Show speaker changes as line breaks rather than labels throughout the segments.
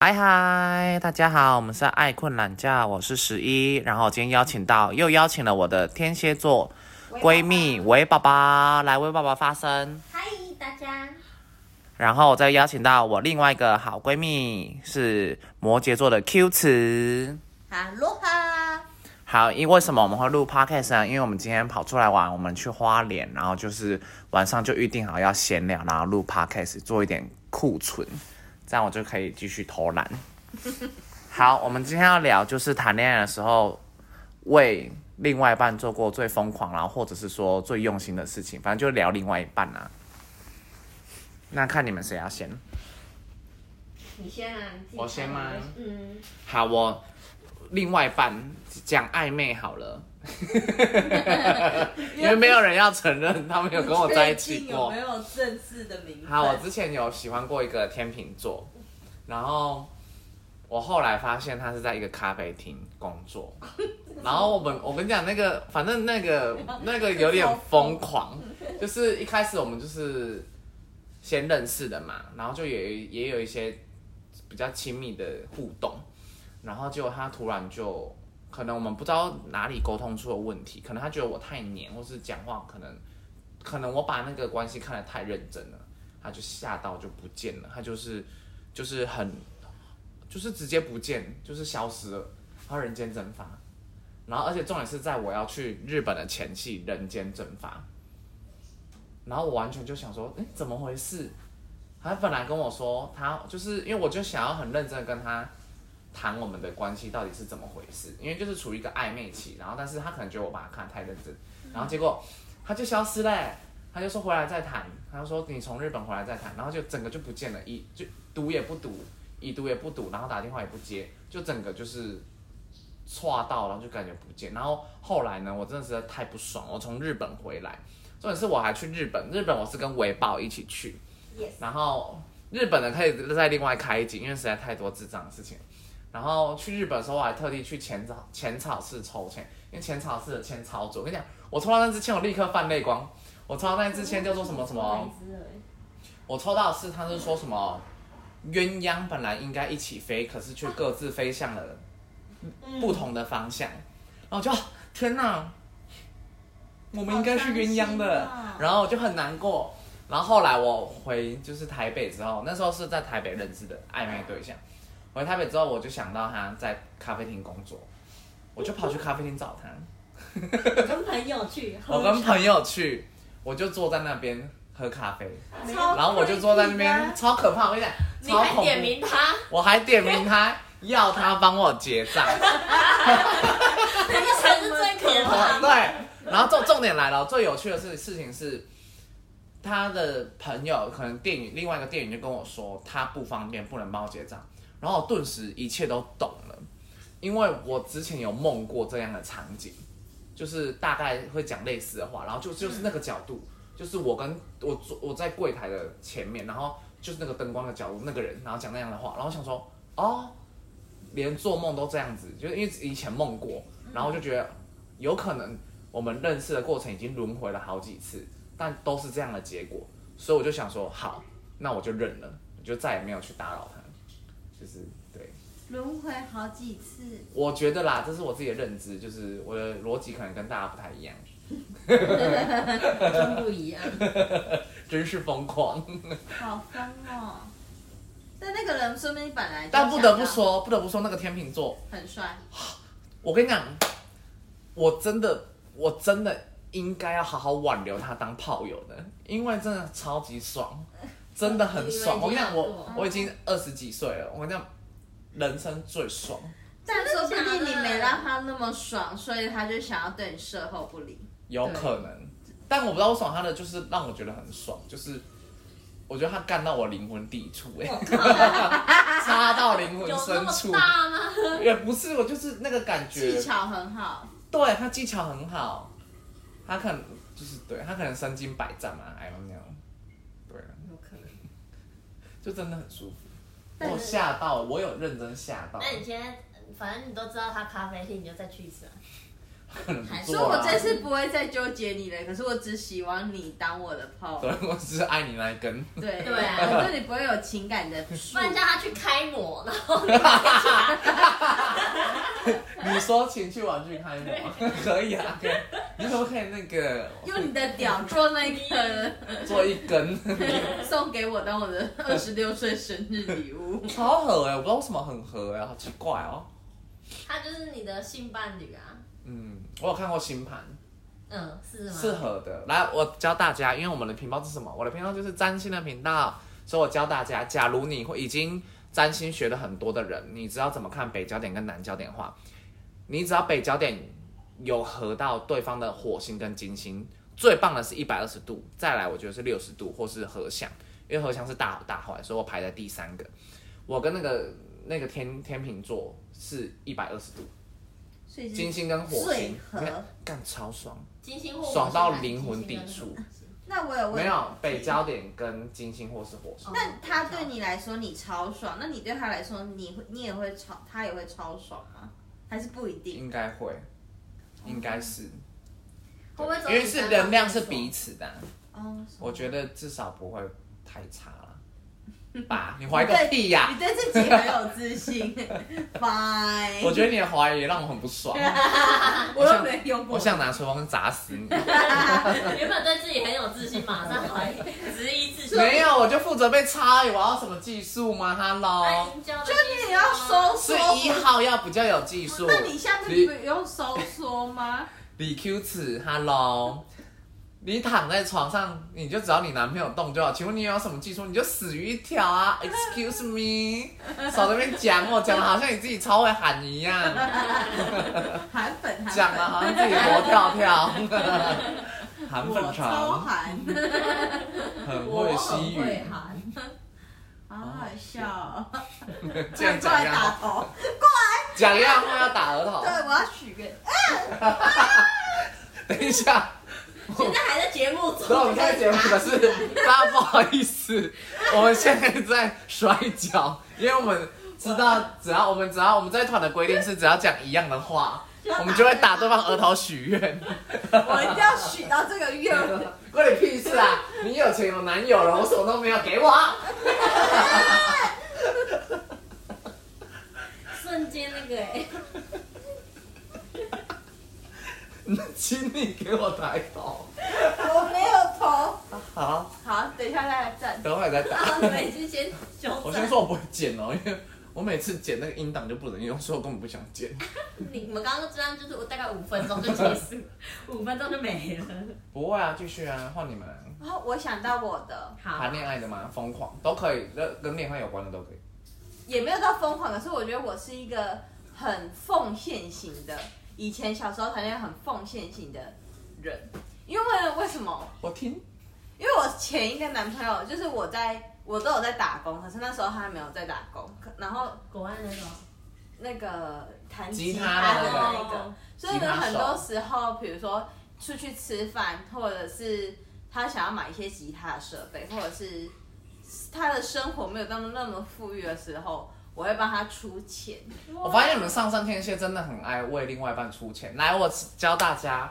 嗨嗨，大家好，我们是爱困懒觉，我是十一，然后今天邀请到又邀请了我的天蝎座闺蜜维爸爸来为爸爸发声，
嗨，大家，
然后再邀请到我另外一个好闺蜜是摩羯座的 Q 词。
哈喽哈，
好，因为什么我们会录 podcast 呢？因为我们今天跑出来玩，我们去花莲，然后就是晚上就预定好要闲聊，然后录 podcast 做一点库存，这样我就可以继续偷懒。好，我们今天要聊就是谈恋爱的时候为另外一半做过最疯狂，然后或者是说最用心的事情，反正就聊另外一半啊。那看你们谁要先？
你先啊，你自己
我先吗
嗯，
好，我另外一半讲暧昧好 了，因为没有人要承认他们有跟我在一起过。
有正式的名
好，我之前有喜欢过一个天秤座，然后我后来发现他是在一个咖啡厅工作，然后我们我跟你讲那个，反正那个那个有点疯狂，就是一开始我们就是先认识的嘛，然后就也也有一些比较亲密的互动，然后结果他突然就。可能我们不知道哪里沟通出了问题，可能他觉得我太黏，或是讲话可能，可能我把那个关系看得太认真了，他就吓到就不见了，他就是就是很就是直接不见，就是消失了，他人间蒸发。然后而且重点是在我要去日本的前夕人间蒸发，然后我完全就想说，哎，怎么回事？他本来跟我说他就是因为我就想要很认真地跟他谈我们的关系到底是怎么回事，因为就是处于一个暧昧期，然后但是他可能觉得我把他看得太认真，然后结果他就消失嘞、他就说回来再谈，他就说你从日本回来再谈，然后就整个就不见了，一就读也不读，已读也不读，然后打电话也不接，就整个就是错到，然后就感觉不见。然后后来呢，我真的实在太不爽，我从日本回来，重点是我还去日本，日本我是跟维豹一起去，
Yes
然后日本的可以再另外开一集，因为实在太多智障的事情。然后去日本的时候，我还特地去浅草浅草寺抽签，因为浅草寺的签超准。我跟你讲，我抽到那支签，我立刻泛泪光。我抽到那支签叫做什么什么？我抽到的是他是说什么鸳鸯本来应该一起飞，可是却各自飞向了
嗯
不同的方向，然后我就啊天哪，我们应该是鸳鸯的，
好伤心哦
然后我就很难过。然后后来我回就是台北之后，那时候是在台北认识的暧昧对象。回台北之后，我就想到他在咖啡厅工作，我就跑去咖啡厅找他。
我跟朋友 去，
我跟朋友去，我就坐在那边喝咖啡，
友
然后我就坐在那边，超可怕，我跟你
你
讲，超
还
恐
点
怖。
名他，
我还点名他，要他帮我结账。
这个才是最可 怕。
对，然后重重点来了，最有趣的事事情是，他的朋友可能店员另外一个店员就跟我说他不方便，不能帮我结账，然后我顿时一切都懂了，因为我之前有梦过这样的场景，就是大概会讲类似的话，然后就就是那个角度，就是我跟我坐我在柜台的前面，然后就是那个灯光的角度，那个人然后讲那样的话，然后我想说哦，连做梦都这样子，就是因为以前梦过，然后我就觉得。有可能我们认识的过程已经轮回了好几次，但都是这样的结果，所以我就想说，好，那我就认了，我就再也没有去打扰他，就是对，
轮回好几次，
我觉得啦，这是我自己的认知，就是我的逻辑可能跟大家不太一样，
真不 一样，
真是疯狂。
好疯哦！但那个人说明本来就
但不得不说，不得不说，那个天秤座，
很帅，
我跟你讲，我真的，我真的应该要好好挽留他当炮友的，因为真的超级 爽，真的很爽。
你
我跟你
们已经
讲，
很
我
过
我已经二十几岁了，我跟你讲，人生最爽。
但说不定
真
你
的
没让他那么爽，所以他就想要对你售后不理。
有可能，但我不知道我爽他的，就是让我觉得很爽，就是我觉得他干到我灵魂底处、哎， 插到灵魂
有那
深
么
处，
大吗？
也不是我就是那个感觉，
技巧很好，
对他技巧很好，他可能就是对他可能身经百战嘛，I don't know，对，啊
有可能。
就真的很舒服，
但
我
是
吓到，我有认真吓到
那，你现在，反正你都知道他咖啡厅，你就再去一次啊。
很不
还 是
错
我
啦
这次不会再纠结你了，可是我只希望你当我的炮。
啊对，我只是爱你那一根。
对
对啊
我对你不会有情感的
不
树。
然叫他去开模，然后
你说情趣玩具开模可以啊，可以。你可不可以那个
用你的屌做那个
做一根？
送给我当我的二十六岁生日礼物。
超合哎、我不知道为什么很合哎、好奇怪哦。
他就是你的性伴侣啊。
嗯，我有看过星盘，
嗯，是吗？
是合的。来，我教大家，因为我们的频道是什么？我的频道就是占星的频道，所以我教大家，假如你会已经占星学了很多的人，你知道怎么看北焦点跟南焦点的话，你只要北焦点有合到对方的火星跟金星，最棒的是一百二十度，再来我觉得是六十度或是合相，因为合相是大好大坏，所以我排在第三个。我跟那个那个天天秤座是一百二十度，
所以
金
是
星跟火星
最，合
你看干超爽。
金星或
爽到灵魂抵触。
那我有问
没，有北焦点跟金星或是火
哦
星，
那他对你来说你超爽，那你对他来说你会你也会超，他也会超爽吗？还是不一定？
应该会，应该是，
哦会不会走
因为是能量是彼此的啊，
哦，
我觉得至少不会太差了。 吧，你怀个屁呀、
你对自己很有自信 ，fine。啊
我觉得你的怀疑让我很不 爽，
我又没用过，
我想拿吹风砸死 你。
哦原本对自己很有自信，马上怀疑质疑自己。
没有，我就负责被插，我要什么技术吗？Hello，
就
就你要收
是
缩
一号要比较有技术。
哦
那你下次
你
不用收缩吗？
李 Q 子，Hello，你躺在床上，你就只要你男朋友动就好。请问你有什么技术？你就死鱼一条啊！Excuse me，少在那 边讲我，讲的好像你自己超会喊一样，
韩粉，韩
讲的
粉，
好像自己活跳跳。韩
我
粉哦
超
床
韩，
很
我
会
很
西
会
语，
喊，
好好笑哦。
这样
过
讲哦
来
样
打
话，
头，
讲样话要打额头
对，。我要许愿。
等一下。
现在还在节目中。
所以我们现在节目可是大家不好意思，我们现在在摔跤，因为我们知道，只要我们只要我们这一团的规定是，只要讲一样的话，我们就会打对方额头许愿。
我一定要许到这个 愿望。
关你屁事啊！你有钱有男友了，我什么都没有给我啊。
瞬间那个 哎，
请你给我抬头。
我没有头。
好，
好，等一下再来站。
等会再打。
好，你们就先
我
纠
先
正。
说我不会剪哦，因为我每次剪那个音档就不能用，所以我根本不想剪。
你们刚刚这样就是我大概五分钟就结 束，五分钟就没了。
不会啊，继续啊，换你们
然后我想到我的，
好
谈，恋爱的吗？疯狂都可以，跟跟恋爱有关的都可以。
也没有到疯狂，可是我觉得我是一个很奉献型的，以前小时候谈恋爱很奉献型的人。因为为什么？
我听。
因为我前一个男朋友就是我在我都有在打工，可是那时候他还没有在打工，可然后
国外那种。
那个弹
吉
吉
他
他
的
的
那
那
个
个，所以
吉他
呢，
手
很多时候，比如说出去吃饭，或者是他想要买一些吉他的设备，或者是他的生活没有那么那么富裕的时候，我会帮他出钱。
我发现你们上升天蝎真的很爱为另外一半出钱。来，我教大家，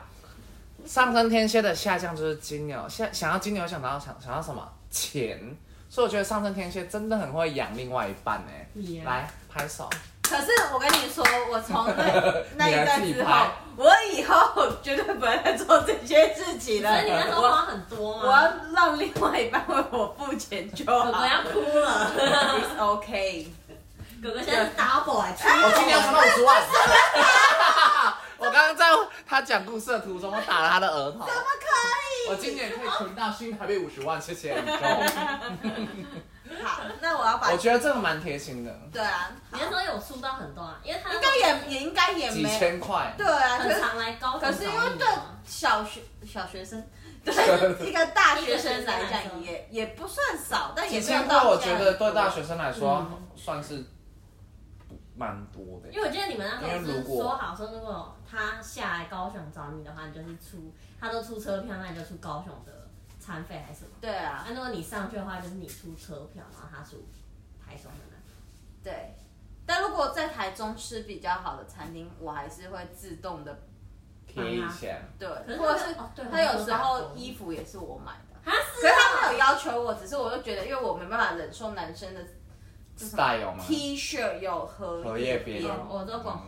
上升天蝎的下降就是金牛，想想要金牛想到想想要什么钱，所以我觉得上升天蝎真的很会养另外一半哎、
你啊
来拍手，
可是我跟你说，我从那那一段
你还自己
之后
拍，
我以后绝对不会再做这些事情了
所以你那时。候
我
花很多吗？
我要让另外一半为我付钱 就好
哥哥要哭了，
，It's OK。
哥哥现在是 double 哎、
我今年存到五十 万。我刚刚在他讲故事的途中，我打了他的额头。
怎么可以？
我今年可以存到新台币五十万，谢谢宇 宙。
好，那我要把
我觉得这个蛮贴心的，
对啊，
你那时候有出到很多啊，因为他
应该也也应该也
几
没
千块。
对啊，可
很
是
常来高雄
可
找
是
你
因
嘛，
为对小学小学生，对一个大学生来讲也也不算少，但也
几
没有
千块，
到这样
我觉得对大学生来说
嗯
算是蛮多的。
因为我记得你们那时候
因为
是
如果
说好说，如果他下来高雄找你的话，你就是出，他都出车票，那你就出高雄的餐费还是什么？
对
啊
啊，，
如果你上去的话，就是你出车票，然后他出台中的那。
对。但如果在台中吃比较好的餐厅，我还是会自动的
贴
啊
一些。
对，
可是
或者是
哦对
他有时
我
候
都打工
衣服也是我买的，
啊是
可是他没有要求我，只是我就觉得，因为我没办法忍受男生的
style 吗？
T 恤有荷
荷叶边
哦我都管，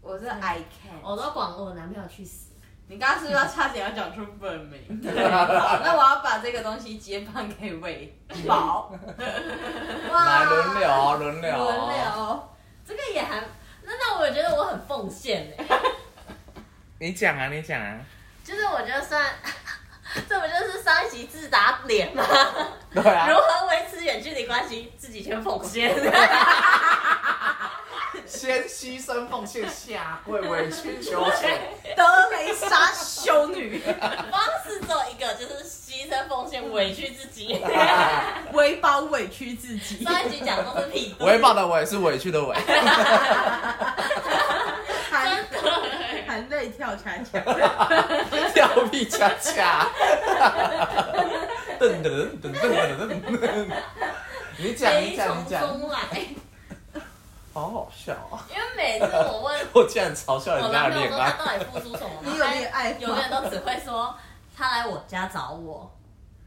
我是 I can。
我都管我男朋友去死。
你刚刚是不是哦要差点要讲出本 名？好，那我要把这个东西接棒给韦宝，
来轮流啊，轮流啊，
轮流。
这个也还，那那我觉得我很奉献哎、
你讲啊，你讲啊。
就是我觉得算， 这不就是上一集自打脸吗？
对啊
如，何维持远距离关系，自己先奉献。
先牺牲奉献，下跪委曲求 全。
德雷莎修女，
方式只有一个，就是牺牲奉献，委屈自己。
韦宝委屈自 己，
上一集讲都是屁股，
委婉的委是委屈的 委，
含
真的。
含泪跳恰恰。
调皮恰 恰。噔噔噔噔噔噔噔。你讲，你
悲
讲，你
从
讲，
中来，
好好笑啊！
因为每次我问
我竟然嘲笑
我
人家
男
的
朋友
恋
说他
爱，
到底付出什么，
你有恋爱吗
他永远都只会说他来我家找我。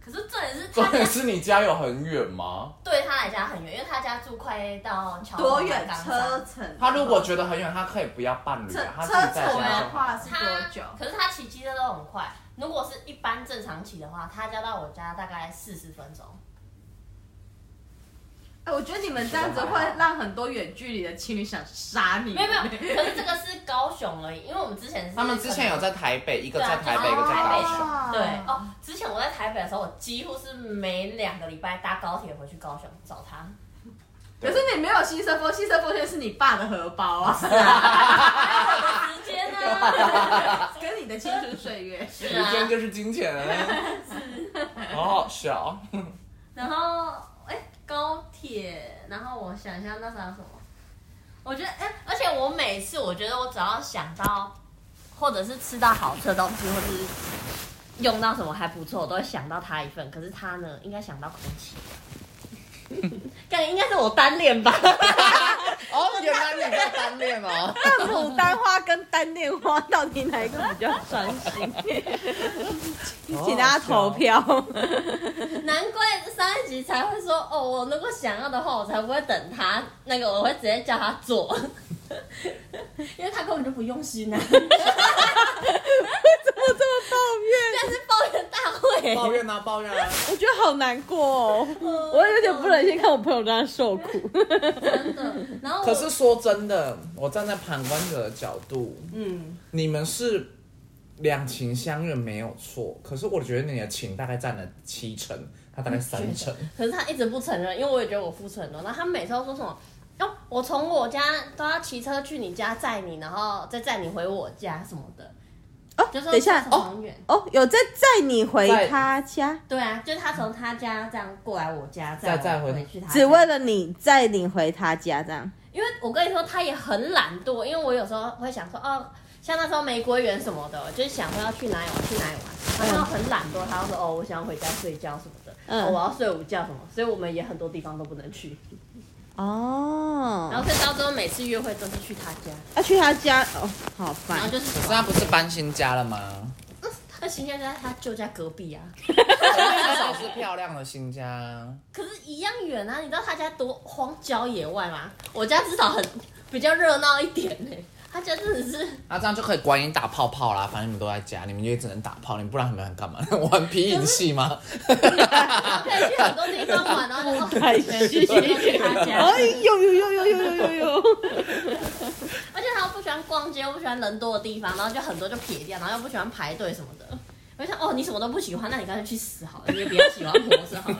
可是重点是
重
他 家
点是你家有很远吗？
对他来家很远，因为他家住快到桥
多远
港
车
上
程？
他如果觉得很远，他可以不要伴侣
车
啊，他
车
自己在家
程
就
的
好。
话是多久？
他可是他骑机车都很快，如果是一般正常骑的话，他家到我家大概四十分钟。
哎，我觉得你们这样子会让很多远距离的情侣想杀你。欸
没有没有，可是这个是高雄而已，因为我们之前是
嗯他们之前有在台北，一个在台北，
对
一
啊
个在高
就是
雄。
对哦，之前我在台北的时候，我几乎是每两个礼拜搭高铁回去高雄 找他。
可是你没有牺牲奉，牺牲奉献是你爸的荷包啊，
时间啊呢？
跟你的青春岁月。
是
时间
啊，
就是金钱 了，好好笑。啊
然后哎、高铁，然后我想一下那时候还有什么，我觉得哎、而且我每次我觉得我只要想到，或者是吃到好吃的东西，或者是用到什么还不错，我都会想到他一份。可是他呢，应该想到空气。 感应该是我单恋吧，
哦，原来你在单恋哦。
那牡丹花跟单恋花到底哪一个比较伤心？ 请大家投票。
难怪上一集才会说哦，我如果想要的话，我才不会等他，那个我会直接叫他做，因为他根本就不用心啊。
怎么这么抱
但是抱怨大会，
抱怨啊，抱怨啊！
怨？我觉得好难过哦，我有点不忍心看我朋友这样受苦。
真的。然后我
可是说真的，我站在旁观者的角度，
嗯，
你们是两情相悦没有错，可是我觉得你的情大概占了七成，他大概三成。
可是他一直不承认，因为我也觉得我付出很多。然后他每次都说什么，哦，我从我家都要骑车去你家载你，然后再载你回我家什么的，
哦，
就说
等一下
这
哦
很远。
哦，有在载你回
在
他家，
对啊，就是他从他家这样过来我家，
再
载我
载回
回去他家
只为了你载你回他家这样。
因为我跟你说，他也很懒惰，因为我有时候会想说，哦，像那时候玫瑰园什么的，就是想说要去哪里玩，去哪里玩，
嗯
然后他很懒惰，他就说，哦，我想要回家睡觉什么的，
嗯
哦我要睡午觉什么，所以我们也很多地方都不能去，
嗯
然
哦，
后所以到最后每次约会都是去他家，
要去他家哦，好
然后
烦。
就是
哎可是他不是搬新家了吗？
他的新家就在他舅家隔壁啊，
至少是漂亮的新家啊。
可是一样远啊，你知道他家多荒郊野外吗？我家至少很比较热闹一点呢、他家真的是
那这样就可以管你打泡泡啦，反正你们都在家，你们就只能打泡，你们不然你们能干嘛？ 玩皮影戏吗？
可以去很多地方玩，然后就哦
开
每 次都去他家。
哎呦呦呦呦呦呦呦 呦！
而且他又不喜欢逛街，又不喜欢人多的地方，然后就很多就撇掉，然后又不喜欢排队什么的。我就想，哦，你什么都不喜欢，那你干脆去死好了，你也不要喜欢活 着好了。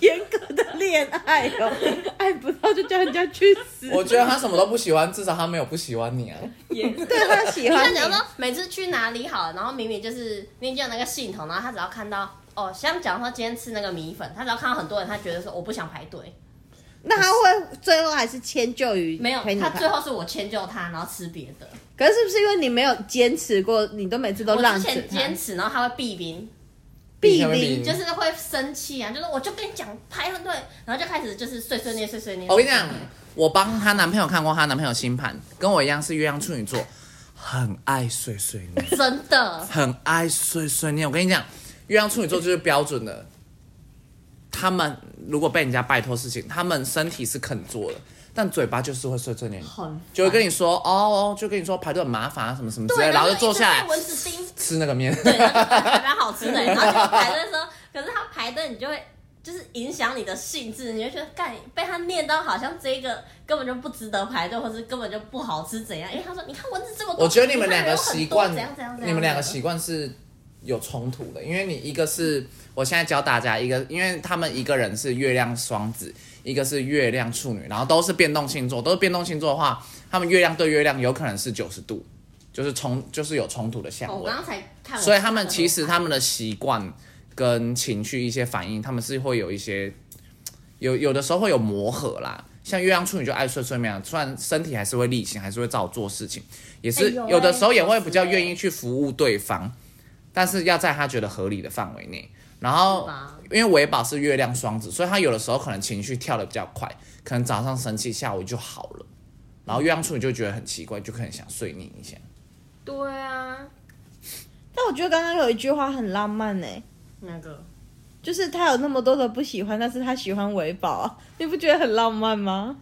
严格的恋爱哦，爱不到就叫人家去死。
我觉得他什么都不喜欢，至少他没有不喜欢你啊。
对他喜
你
欢
像
你
假如说每次去哪里好了，然后明明就是明明就有那个系统，然后他只要看到哦，像假如说今天吃那个米粉，他只要看到很多人，他觉得说我不想排队，
那他会最后还是迁就于
没有
陪，你
他
看
最后是我迁就他，然后吃别的。
可是是不是因为你没有坚持过，你都每次都
我
让
之
着
啊
前
他
坚？持，然后他会避兵，
避
你会
凌
避
就是会生气啊，就是我就跟你讲排队，然后就开始就是碎碎念碎碎念。
我跟你讲
碎碎念，
我帮她男朋友看过她男朋友星盘，跟我一样是月亮处女座，很爱碎碎念，
真的，
很爱碎碎念。我跟你讲，月亮处女座就是标准的。他们如果被人家拜托事情，他们身体是肯做的，但嘴巴就是会碎碎念，
很
就会跟你说哦哦，就跟你说排队很麻烦啊，什么什么之类的，然后就坐下来
蚊子叮，
吃那个面。
对，那个还蛮好吃的。然后就排队的时候，可是他排队，你就会就是影响你的兴致，你就觉得干被他念到好像这个根本就不值得排队，或是根本就不好吃怎样？因为他说你看蚊子这么多，
我觉得你们
看
两个
人有很多
习惯
怎样怎样，怎样，
你们两个习惯是有冲突的，因为你一个是我现在教大家一个，因为他们一个人是月亮双子，一个是月亮处女，然后都是变动星座，都是变动星座的话，他们月亮对月亮有可能是九十度，就是冲就是有冲突的相
哦。我
位
刚，刚才看我，
所以他们其实他们的习惯跟情绪一些反应，他们是会有一些有有的时候会有磨合啦。像月亮处女就爱睡睡眠，虽然身体还是会力行，还是会照做事情，也是、
哎有欸
有的时候也会比较
有时欸
愿意去服务对方，但是要在他觉得合理的范围内。然
是
后
吧，
因为维宝是月亮双子，所以他有的时候可能情绪跳的比较快，可能早上生气，下午就好了。然后月亮处女就觉得很奇怪，就可能想睡你一下。
对啊，
但我觉得刚刚有一句话很浪漫呢、
那个
就是他有那么多的不喜欢，但是他喜欢维宝啊，你不觉得很浪漫吗？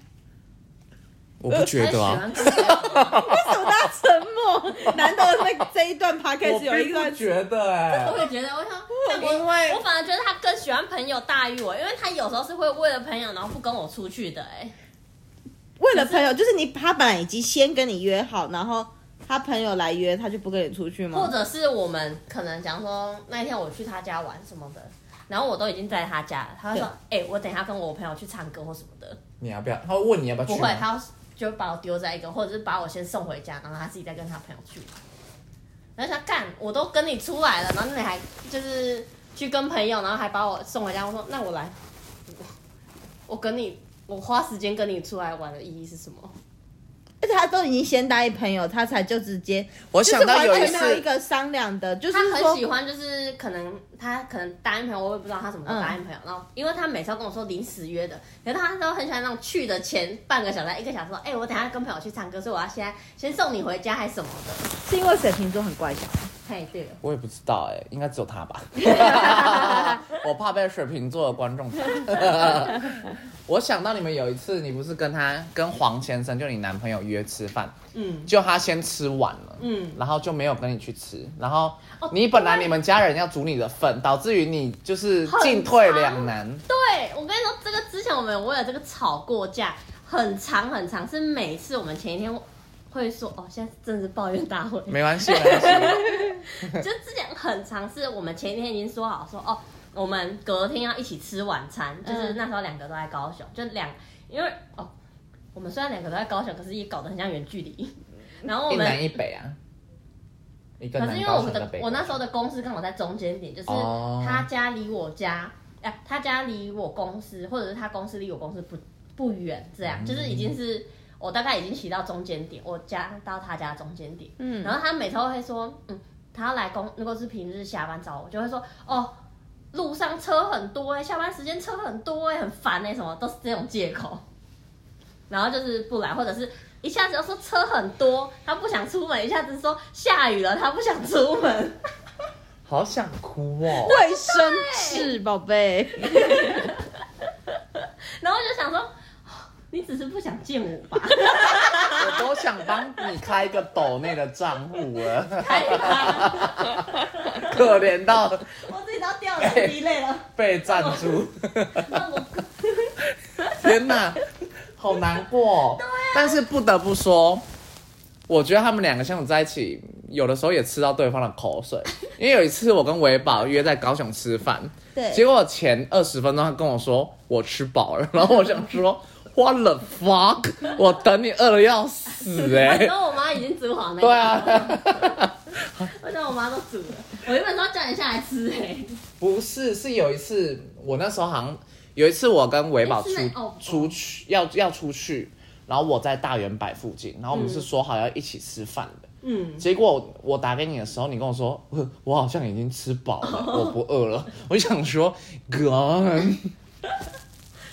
我不觉得啊，
呃他喜欢这个
为什么大家沉默？ 难道那这一段 podcast 有一段？
觉得哎、
我也觉得，我想，
因
我
为
我反而觉得他更喜欢朋友大于我，因为他有时候是会为了朋友然后不跟我出去的、哎，
为了朋友，就是你他本来已经先跟你约好，然后他朋友来约，他就不跟你出去吗？
或者是我们可能讲说那一天我去他家玩什么的，然后我都已经在他家了，他会说，哎、我等一下跟我朋友去唱歌或什么的，
你要不要？他会问你要不要去
不
吗？
会，他就把我丢在一个，或者是把我先送回家，然后他自己再跟他朋友去玩。然后想干，我都跟你出来了，然后你还就是去跟朋友，然后还把我送回家。我说那我来，我跟你，我花时间跟你出来玩的意义是什么？
而且他都已经先答应朋友，他才就直接，
我
就
想
是
到
完
有一
全没有一
次，
个商量的，就是
他很喜
说，
欢，就是可能他可能答应朋友，我也不知道他什么时候答应朋友。然后，因为他每次都跟我说临时约的，可是他都很喜欢那种去的前半个小时、一个小时说，哎、我等一下跟朋友去唱歌，所以我要现在先送你回家，还什么的。
是因为水瓶座很乖巧。
太对了。
我也不知道哎、应该只有他 吧。 我怕被水瓶座的观众 打。我想到你们有一次，你不是跟他跟黄先生，就你男朋友约吃饭，
嗯
就他先吃完了，
嗯，
然后就没有跟你去吃，然后
哦
你本来你们家人要煮你的份，导致于你就是进退两难。
对，啊我跟你说，这个之前我们有为了这个吵过架，很长很长，是每次我们前一天会说，哦，现在真的是抱怨大会，
没关系，没关系。
就之前很长是我们前一天已经说好说，哦，我们隔天要一起吃晚餐，就是
嗯
那时候两个都在高雄，就两因为哦，我们虽然两个都在高雄，可是也搞得很像远距离，然 后我
一
们
南一北啊，一个
可是
南
因为
高
我
雄
们
一个
的
北高雄。
我那时候的公司刚好在中间点，就是
哦
他家离我家，哎、他家离我公司，或者是他公司离我公司不不远，这样、就是已
嗯
经是我大概已经骑到中间点，我家到他家中间点。
嗯，
然后他每次都会说，嗯，他要来公，如果是平日下班找我，就会说，哦，路上车很多哎、下班时间车很多哎、很烦哎、什么都是这种借口。 然后就是不来，或者是一下子又说车很多，他不想出门；一下子说下雨了，他不想出门。
好想哭哦。
卫生纸，宝贝。
然后我就想说，哦你只是不想见我 吧？
我都想帮你开一个抖内的账户了，
太烦了
可怜到
啊我自己都要掉两滴泪 了。
被赞 助，
那我
天哪，好难过、哦。
啊
但是不得不说，我觉得他们两个相处在一起，有的时候也吃到对方的口水。因为有一次我跟维宝约在高雄吃饭，
对，
结果前二十分钟他跟我说我吃饱了， 然后我想说 What the fuck，我等你饿的要死哎、
然 后我妈已经煮好那个，
对，啊。
我想我妈都煮了。我原本说叫你下来吃哎、欸，
不是，是有一次我那时候好像有一次我跟维宝出
诶是那哦
出去要要出去，然后我在大圆柏附近，然后我们是说好要一起吃饭的。
嗯，
结果我打给你的时候，你跟我说我我好像已经吃饱 了，我不饿了。我想说，God，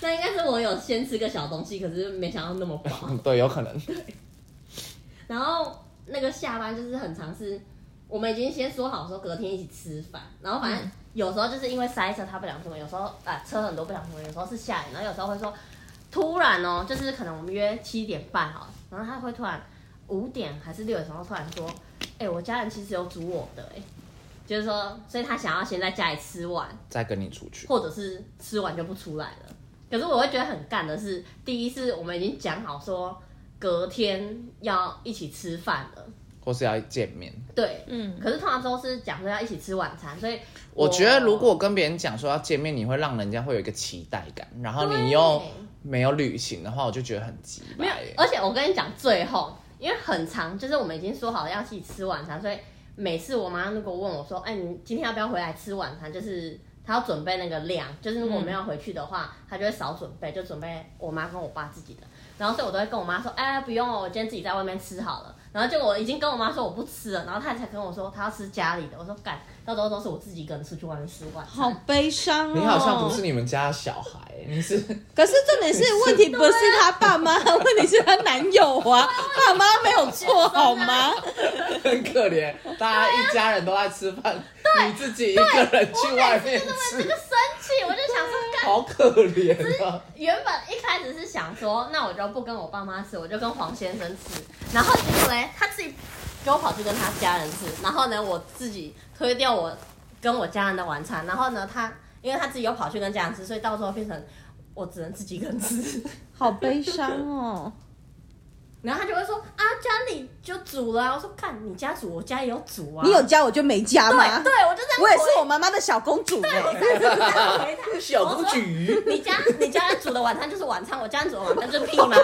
那应该是我有
嗯
先吃个小东西，可是没想到那么饱。
对，有可能。
然后那个下班就是很常是，我们已经先说好说隔天一起吃饭，然后反正有时候就是因为塞车他不想出门，有时候啊车很多不想出门，有时候是下雨，然后有时候会说突然哦，就是可能我们约七点半好了，然后他会突然五点还是六点的时候突然说，哎、我家人其实有煮我的、哎，就是说，所以他想要先在家里吃完，
再跟你 出去。
或者是吃完就不出来了。可是我会觉得很干的是，第一是我们已经讲好说隔天要一起吃饭了，
或是要见面。
对，
嗯，
可是通常都是讲说要一起吃晚餐，所以
我觉得如果跟别人讲说要见面，你会让人家会有一个期待感，然后你又
对
没有履行的话，我就觉得很鸡
没
掰
有
耶，。
而且我跟你讲，最后因为很长，就是我们已经说好要一起吃晚餐，所以每次我妈如果问我说：“哎、你今天要不要回来吃晚餐？”就是她要准备那个量，就是如果我们要回去的话，她就会少准备，就准备我妈跟我爸自己的。然后所以我都会跟我妈说：“哎、不用哦，我今天自己在外面吃好了。”然后就我已经跟我妈说我不吃了，然后她才跟我说她要吃家里的。我说干，到时候都是我自己一个人出去外面吃晚餐。
好悲伤哦。
你好像不是你们家的小孩，你是
可是重点是问题不是她爸妈， 问题是她男友啊，爸妈没有错好吗？
很可怜，大家一家人都在吃饭，你自己一个人去外面
这
吃
个，生气，我就想说干。
好可怜啊！
原本一开始是想说，那我就不跟我爸妈吃，我就跟黄先生吃。然后结果嘞，他自己给我跑去跟他家人吃，然后呢，我自己推掉我跟我家人的晚餐。然后呢，他因为他自己又跑去跟家人吃，所以到时候变成我只能自己一个人吃。
好悲伤哦。
然后他就会说啊，家里就煮了啊、我说看你家煮，我家也有煮啊。
你有家我就没家
对
吗？
对，我就这样回。
我也是我妈妈的小公主哎。
我就这样回他。
小公
我说
举，
你家你家煮的晚餐就是晚餐，我家煮的晚餐就是屁吗？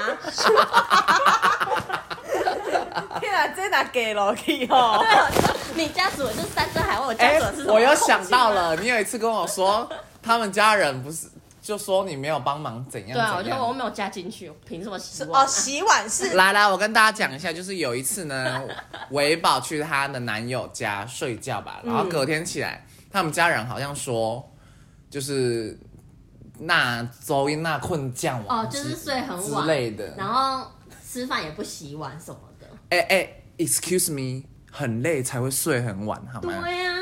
天啊哪，真的给了去哦。
对，我说你家煮的就是山珍海味，我家
哎
煮的是、什么啊
我又想到，了，你有一次跟我说，他们家人不是就说你没有帮忙怎样
对啊，我
怎
就我
样。
没有加进去，我凭什么洗碗、
哦，洗碗是
来来，我跟大家讲一下，就是有一次 呢，维宝去她的男友家睡觉吧，
嗯
然后隔天起来，他们家人好像说，就是那周一那困觉
哦就是睡很晚
之类的。
然后吃饭也不洗碗什么的。
哎哎，excuse me，很累才会睡很晚，好吗？
对呀、啊，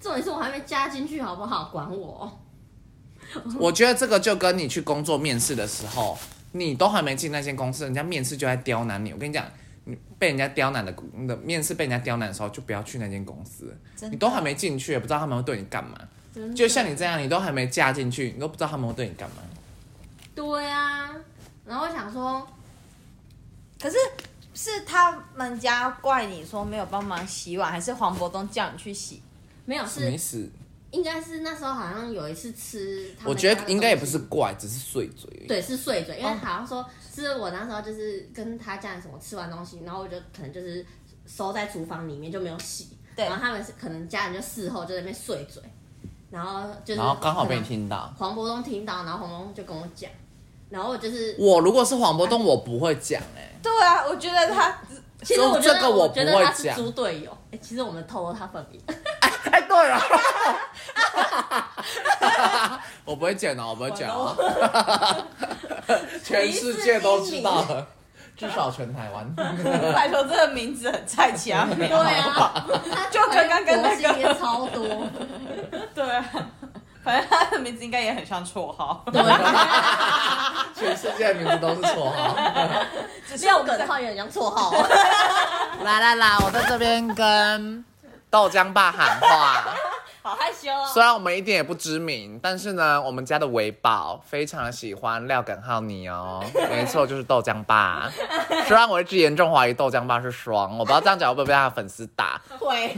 重点是我还没加进去，好不好？管我。
我觉得这个就跟你去工作面试的时候，你都还没进那间公司，人家面试就在刁难你。我跟你讲，你被人家刁难的，你的面试被人家刁难的时候，就不要去那间公司。
真的
你都还没进去，也不知道他们会对你干嘛。
真的
就像你这样，你都还没嫁进去，你都不知道他们会对你干嘛。
对啊，然后我想说，
可是是他们家怪你说没有帮忙洗碗，还是黄伯东叫你去洗？
没有
什么意
是
思？
应该是那时候好像有一次吃，
我觉得应该也不是。怪，只是碎嘴而已。
对，是碎嘴，因为
哦
好像说是我那时候就是跟他家人什么吃完东西，然后我就可能就是收在厨房里面就没有洗，
对
然后他们是可能家人就事后就在那边碎嘴，然后就是
然后刚好被你
可能
听到。
黄伯东听到，然后黄伯东就跟我讲，然后我就是
我如果是黄伯栋，我不会讲哎、
对啊，我觉得他
其实我觉得
这个我
我
不
觉得
会
他是
讲
猪队友，哎、其实我们透露他 本名，
哎，对了， 我不会剪哦，我不会剪哦， 全世界都知道了，至少全台湾。
拜托这个名字很菜奇 啊，
对啊，他
就刚刚跟那个
国际也超多，
对啊，反正他的名字应该也很像绰 号，
全世界的名字都是绰 号。
只是
廖
我
耿
们
浩
在
也很像 绰号哦、
来来来，我在这边跟豆浆爸喊 话。
好害羞哦。
虽然我们一点也不知名，但是呢，我们家的维宝非常的喜欢廖耿浩你 哦，没错，就是豆浆爸。虽然我一直严重怀疑豆浆爸是双，我不知道这样讲会不会被他的粉丝打，
会，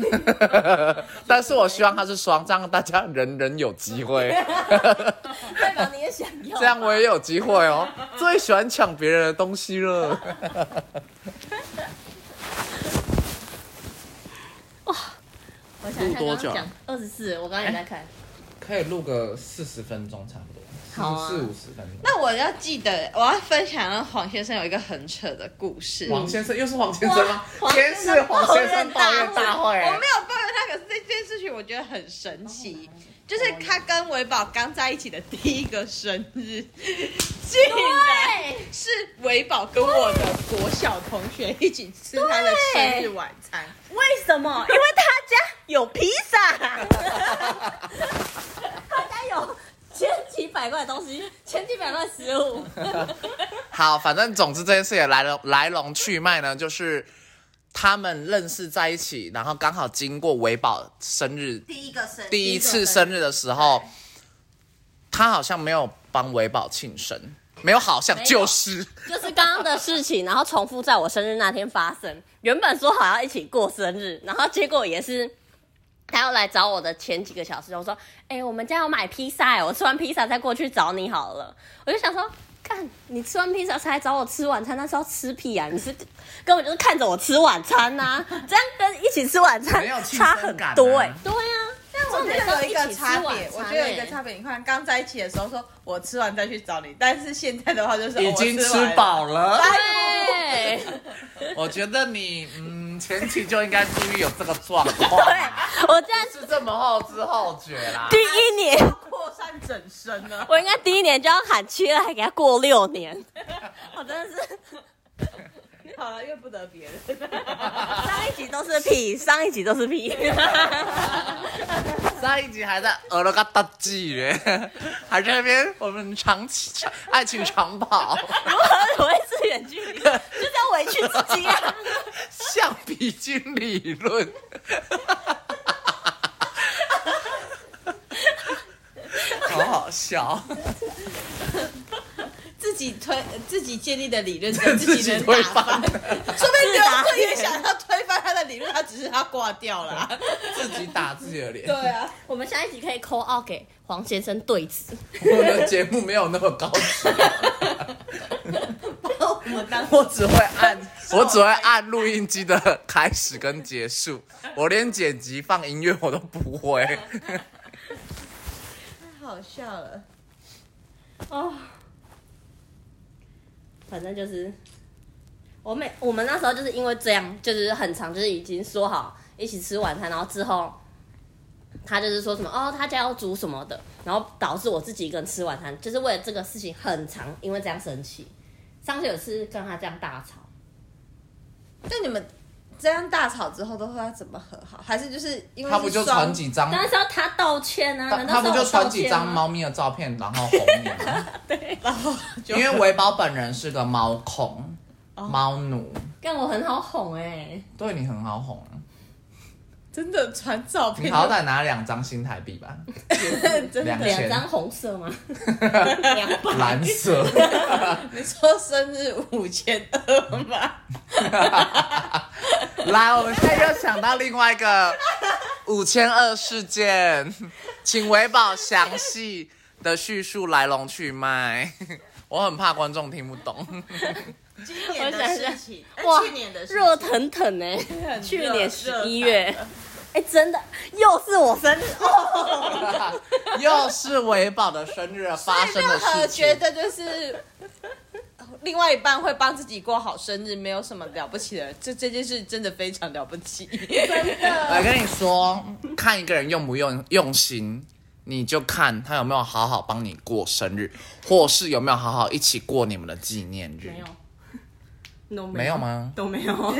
但是我希望他是双，这样大家人人有机会，
代表你也想要，
这样我也有机会哦。最喜欢抢别人的东西了，
我想一下
录多
刚
久啊
刚讲二十四，我刚刚也在看。
可以录个四十分钟差不多，
好啊
四五十分钟。
那我要记得，我要分享了黄先生有一个很扯的故事。
黄先生又是黄先生吗？
哇
今天是黄先生抱
抱
怨
怨
大
大
会
哎我没有抱怨他，可是这件事情我觉得很神奇。就是他跟维宝刚在一起的第一个生日，竟然
对，
是维宝跟我的国小同学一起吃他的生日晚餐，
为什么？因为他家
有披萨。
他家有千奇百怪的东西，千奇百怪的食物。
好，反正总之这件事也来龙来龙去脉呢，就是他们认识在一起，然后刚好经过维宝生日
第一个生
第一次生日的时候，他好像没有帮维宝庆生，没有好像
没有
就是
就是刚刚的事情，然后重复在我生日那天发生。原本说好要一起过生日，然后结果也是他要来找我的前几个小时，我说：“哎、我们家要买披萨、哎我吃完披萨再过去找你好了。”我就想说。看你吃完披萨才来找我吃晚餐，那是要吃屁啊！你是根本就是看着我吃晚餐呐、这样跟一起吃晚餐
没有亲
差
身
很
感啊
多哎、对呀、啊，但
我觉得有一个差别，我
我
觉得有一个 差别。你看，刚在一起的时候说我吃完再去找你，但是现在的话就 是
已经吃饱
了。
了。
对，
我觉得你嗯，前期就应该注意有这个状况，
我这样
是这么后知后觉 啦
第。一年
扩散整身 呢，
我应该第一年就要喊缺爱给他过六年， 我真的是
好了，又不得别人。
上一集都是屁，上一集都是 屁。
上一集还在俄罗嘎达记耶，还在那边我们长期长爱情长跑，
如何维持远距离？就是要委屈自己啊！
橡皮筋理 论。好好笑，
自己推自己建立的理论， 自己能
推
打翻。
翻，
说不定刘坤也想要推翻他的理论，他只是他挂掉了啊、
自己打自己的脸。
啊，
我们下一集可以扣二给黄先生对质，
我的节目没有那么高级，
我们当
我只会按，我只会按录音机的开始跟结束，我连剪辑放音乐我都不会。
太好笑了。
哦反正就是我每我们那时候就是因为这样，就是很长，就是已经说好一起吃晚餐，然后之后他就是说什么哦，他家要煮什么的，然后导致我自己一个人吃晚餐，就是为了这个事情很长，因为这样生气。上次有次跟他这样大吵，
那你们这样大吵之后都会要怎么和好？还是就是因为
他不就是
双
传几张，
但是要他道歉啊，
他
难道
他不
是
就
我道
传几
歉
张
吗？
猫咪的照片，然后哄你 吗？因为维宝本人是个猫控、
哦
猫奴，
但我很好哄哎、
对你很好哄啊。
真的传照
你
片，
好歹拿两张新台币吧，
真
两
的。
两
千
张红色吗？两百
蓝色。
你说生日五千二吗？
来，我们现在又想到另外一个五千二事件，请维宝详细的叙述来龙去脉。我很怕观众听不懂，
今年的事情，哎
哇
去年的事情
热腾腾哎、
很热
去年十一
热
月，
惨
哎、真的又是我生日哦，
又是维宝的生日发生的
任何
事
觉
情。
得就是另外一半会帮自己过好生日，没有什么了不起的。这这件事真的非常了不 起，
我哎跟你说，看一个人用不用用心，你就看他有没有好好帮你过生日，或是有没有好好一起过你们的纪念日。
没有，都
没有？吗？
都 没有，
我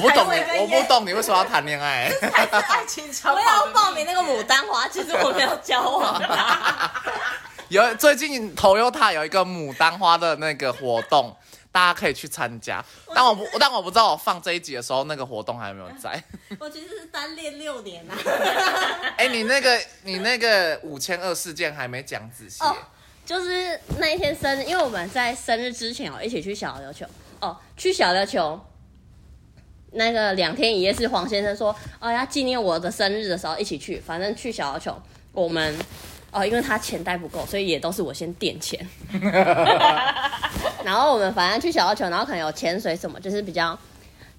不懂
才是
你，我
一个
不懂你为什么要谈恋爱。
爱情长
我要报名那个牡丹花，其实我没有交往的。
有最近 Toyota 有一个牡丹花的那个活动， 大家可以去参加。但我不，但我不知道我放这一集的时候，那个活动还有没有在。
我其实是单恋六年啊。
哎、你那个你那个五千二事件还没讲仔细、
哦，就是那一天生日，因为我们在生日之前哦，一起去小琉球哦，去小琉球。那个两天一夜是黄先生说，哦，要纪念我的生日的时候一起去，反正去小琉球，我们哦，因为他钱带不够，所以也都是我先垫钱。然后我们反正去小琉球，然后可能有潜水什么，就是比较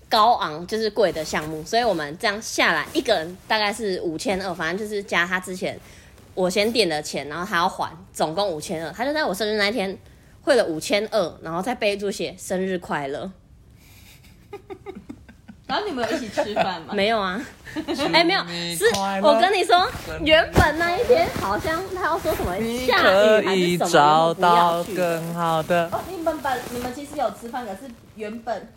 高昂，就是贵的项目，所以我们这样下来，一个人大概是五千二，反正就是加他之前我先垫的钱，然后他要还，总共五千二。他就在我生日那一天汇了五千二，然后在备注写生日快乐。
然后你们有一起吃饭吗？
没有啊，
嗯
哎、没有，是我跟你说，原本那一天好像他要说什么
你
下
可
雨还
以
是什么，
找
然后不
到
要去。
更好的。
哦，你们本你们其实有吃饭，可是原本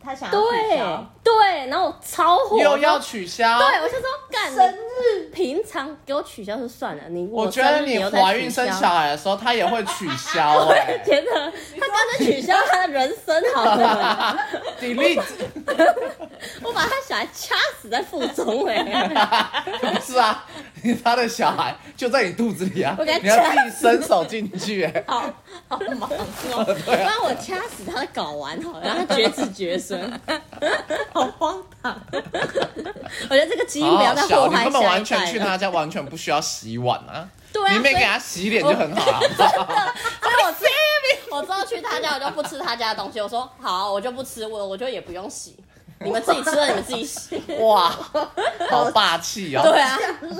他想要取
对
消
对，然后我超火，
又要
我说
取消。
对，我就说干
生
日，平常给我取消就算了，你
我觉
生
得
日
你
又再
怀
取
孕生
消
小孩的时候，他也会取消哎、
觉得他干脆取消他的人生好了，
delete
我把他小孩掐死在腹中哎、
不是啊， 他的小孩就在你肚子里啊，
我给他
你要自己伸手进去哎、
好好忙哦、不然我掐死他的睾丸好了，让他绝子绝孙，好荒唐。我觉得这个基因不要再
小
祸
你
害
根本
下
完
一
全
代
去
了。
他家，完全不需要洗碗啊，
对啊，
你没
所以
给他洗脸就很好啊。好不好
所以我之我之后去他家，我就不吃他家的东西。我说好、我就不吃，我我就也不用洗，你们自己吃了，你们自己洗。
哇， 好霸气哦！
对啊，
嗯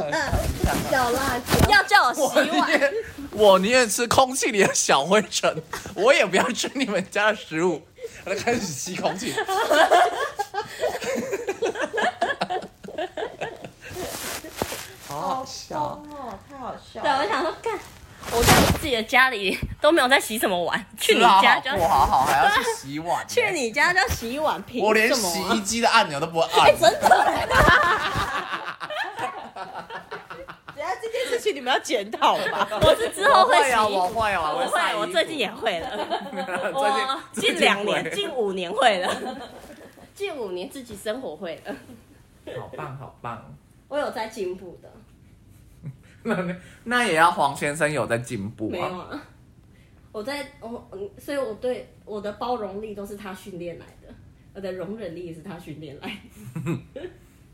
小辣椒，
要叫我
我
洗
宁
碗，
愿我宁愿吃空气里的小灰尘， 我也不要吃你们家的食物。我就开始吸空 气。好好笑，
哦，太好笑
对，
了。
我想说，干，我在我自己的家里都没有在洗什么碗，去你
是啊好
家就
不好好，还要去洗碗。
去你家就洗碗，凭
我连
什么
洗
啊哎
衣机的按钮都不会按。
真的，
等下这件
这情你们要检讨吧。
我是之后
我
会洗
会
衣
啊，
服，
我会啊，
我
我
会，我最近也会了， 我哦近两年，近五年会了， 近五年自己生活会了，
好棒好棒。
我有在进步的，
那 那也要黄先生有在进步
没有
啊。
啊，我在我嗯所以我对我的包容力都是他训练来的，我的容忍力也是他训练 来的，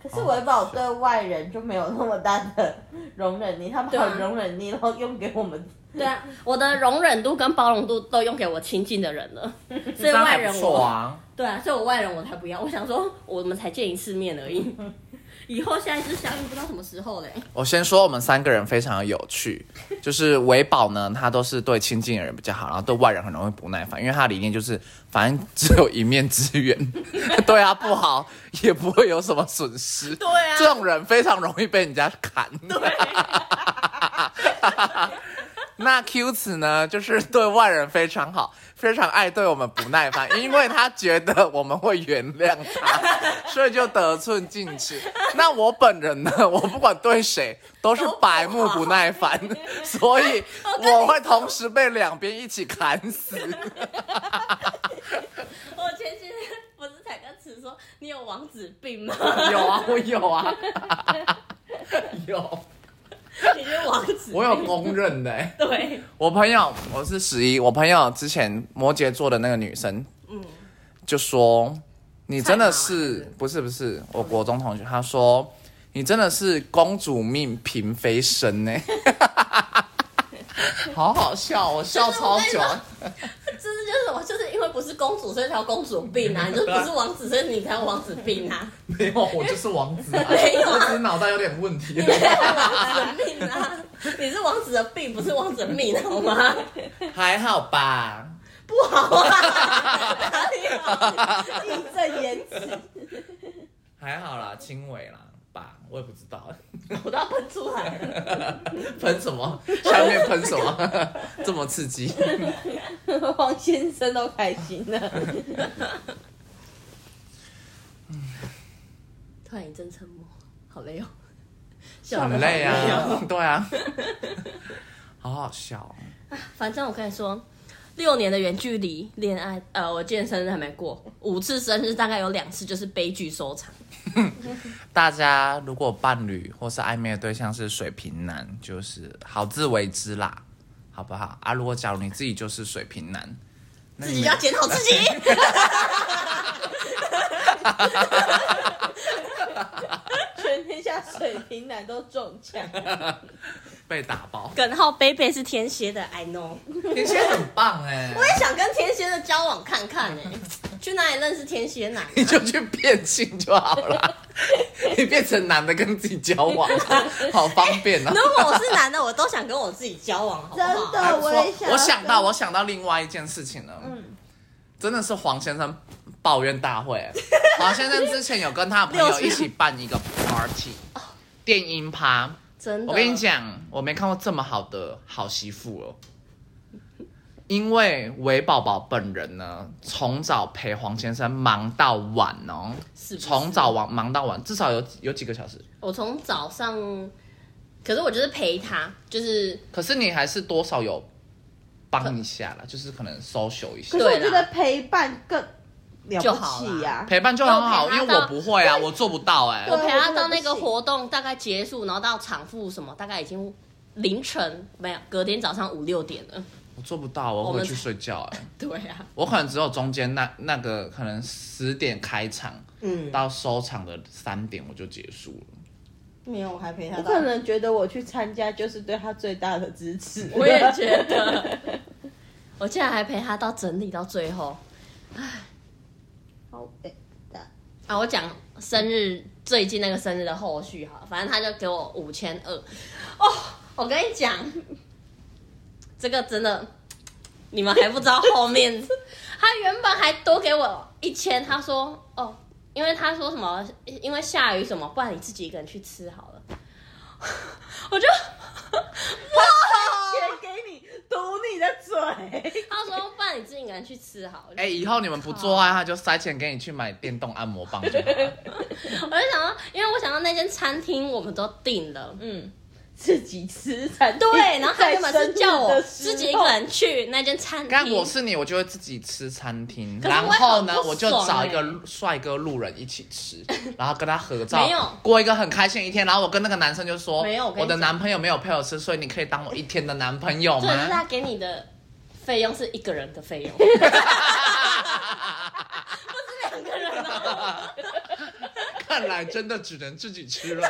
可是维宝对外人就没有那么大的容忍力，他们
对啊
很容忍力，然后用给我们。
对啊，我的容忍度跟包容度都用给我亲近的人 了，所以
这样
外
还
人
不
我
错啊。
对啊，所以我外人我才不要。我想说，我们才见一次面 而已，以后下一次相遇不知道什么时候嘞。
我先说我们三个人非常的有趣，就是维宝呢，他都是对亲近的人比较好，然后对外人很容易不耐烦，因为他的理念就是反正只有一面之缘， 对他不好也不会有什么损失。对
啊
这种人非常容易被人家砍。 那 Q 子呢，就是对外人非常好，非常爱对我们不耐 烦，因为他觉得我们会原谅 他，所以就得寸进尺。那我本人呢，我不管对谁都是百目不耐烦， 所以我会同时被两边一起砍死。
我前几天不是才跟慈说，你有王子病吗？
有啊，我有啊， 有，
你是王子病
我有公认的、欸。
对，
我朋友，我是十一，我朋友之前摩羯座的那个女生，嗯，就说你真的是不是不是我国中同学，她说你真的是公主命嫔妃身 呢、好好笑，我笑超久。啊
这是就是我就是因为不是公主，所以才有公主 病啊！你就不是王子，所以你才有王子病啊！
没有，我就是王子、 啊，
没有啊
只是脑袋有点问题
你。才有王子的命啊！ 你是王子的病，不是王子的命好吗？
还好吧，
不好啊，哪里好？义正言辞，
还好啦，轻微啦。吧，我也不知道
我都要喷出来 了。
喷什么，下面喷什么， 这么刺激。
黄先生都开心了，
突然一阵沉默，好累哦，笑得
很
好
累
哦
啊， 对啊，好好笑哦。
反正我跟你说，六年的远距离恋爱，呃，我今年生日还没过，五次生日大概有两次就是悲剧收场。
大家如果伴侣或是暧昧的对象是水瓶男，就是好自为之啦，好不好？啊，如果假如你自己就是水瓶男，
自己要检讨 自己。
全天下水瓶男都中枪。
被打包，
耿浩贝贝是天蝎的，I know。
天蝎很棒哎、
我也想跟天蝎的交往看看呢、欸去哪里认识天蝎男？
你就去变性就好 了，你变成男的跟自己交 往，好方便哦、
如果我是男的，我都想跟我自己交往，好不好？
真的
还不错
我也想要
我想到，我想到另外一件事情了，真的是黄先生抱怨大会、 华先生之前有跟他的朋友一起办一个 party，电音趴。
真的。
我跟你，讲，我没看过这么好的好媳妇哦。因为韦宝宝本人呢，从早陪黄先生忙到晚哦，
是不是
从早忙忙到晚，至少有有几个小时。
我从早上，可是我就是陪他，就是
可是你还是多少有帮一下啦，就是可能 social 一下
可
可是
是
我
我
觉
觉
得
得陪伴更
啊
了
啊就好
不起呀、
陪伴就很好，
都
因
陪他
为
到
我不会啊，我做不到哎、
我
对
陪他到那
我真的
个
不行
活动大概结束，然后到场妇什么，大概已经凌晨没有，隔天早上五六点了。
我做不到，我
我们
回去睡觉哎、
对啊，
我可能只有中间那那个可能十点开场
嗯，
到收场的三点我就结束了。
没有，我还陪他
我
到
可能觉得我去参加就是对他最大的支持。
我也觉得，我竟然还陪他到整理到最后
好哎伟大，
啊！我讲生日最近那个生日的后续哈，反正他就给我五千二哦。我跟你讲，这个真的，你们还不知道后面，他原本还多给我一千，他说哦，因为他说什么，因为下雨什么，不然你自己一个人去吃好了。 我就
钱给你堵你的嘴，
他说，不然你自己一个人去吃好了。
哎、以后你们不做爱，他就塞钱给你去买电动按摩棒就好 了。
我就想到，因为我想到那间餐厅我们都订了，
嗯，
自己吃才
对，然后他原本是叫我
在生日的时候
自己一个人去那间餐
但
厅，
我是你，我就会自己吃餐厅，
可是我
然
会
后呢
很，不
我就
爽
找
欸
一个帅哥路人一起吃，然后跟他合照
没有，
过一个很开心的一天。然后我跟那个男生就说，
没有我跟你
我的
讲
男朋友没有陪我吃，所以你可以当我一天的啊男朋友
对，就是
吗？
他给你的费用是一个人的费 用，两个人哦，
看来真的只能自己吃 了。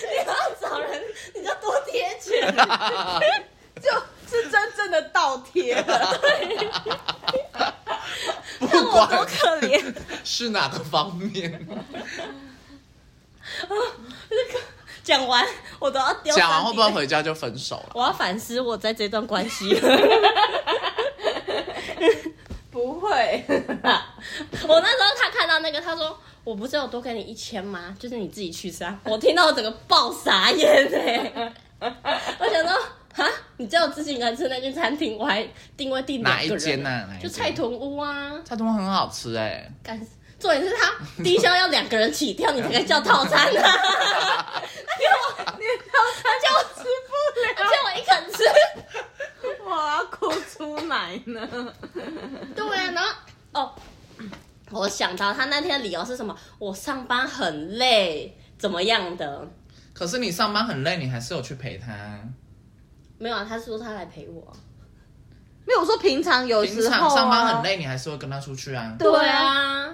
你要找人，你要多贴 钱。
就是真正的倒贴了，
不
看我多
管
可怜，
是哪个方面，
讲完我都要丢。
讲完会不会？回家就分手了？
我要反思我在这段关系，
不会。
我那时候他看到那个，他说我不是有多给你一千吗？就是你自己去杀。我听到我整个爆傻眼哎、 我想说啊，你叫我自己一个人吃那间餐厅，我还定位定
哪
两
一
个人
间呢、啊？哪一
就
间
菜，屯屋啊，
菜头很好吃哎、
干重点是他低消要两个人起跳，你才可以叫套餐啊！他给 我，他叫我吃不了， 他叫我一个人吃。
我要哭出来呢。
对啊，然后哦，我想到他那天的理由是什么？我上班很累，怎么样的？
可是你上班很累，你还是有去陪他。
没有啊，他说他来陪我。
没有，我说平常有
平
时
常
候、啊、
上班很，累，你还是会跟他出去啊。
对啊，
啊，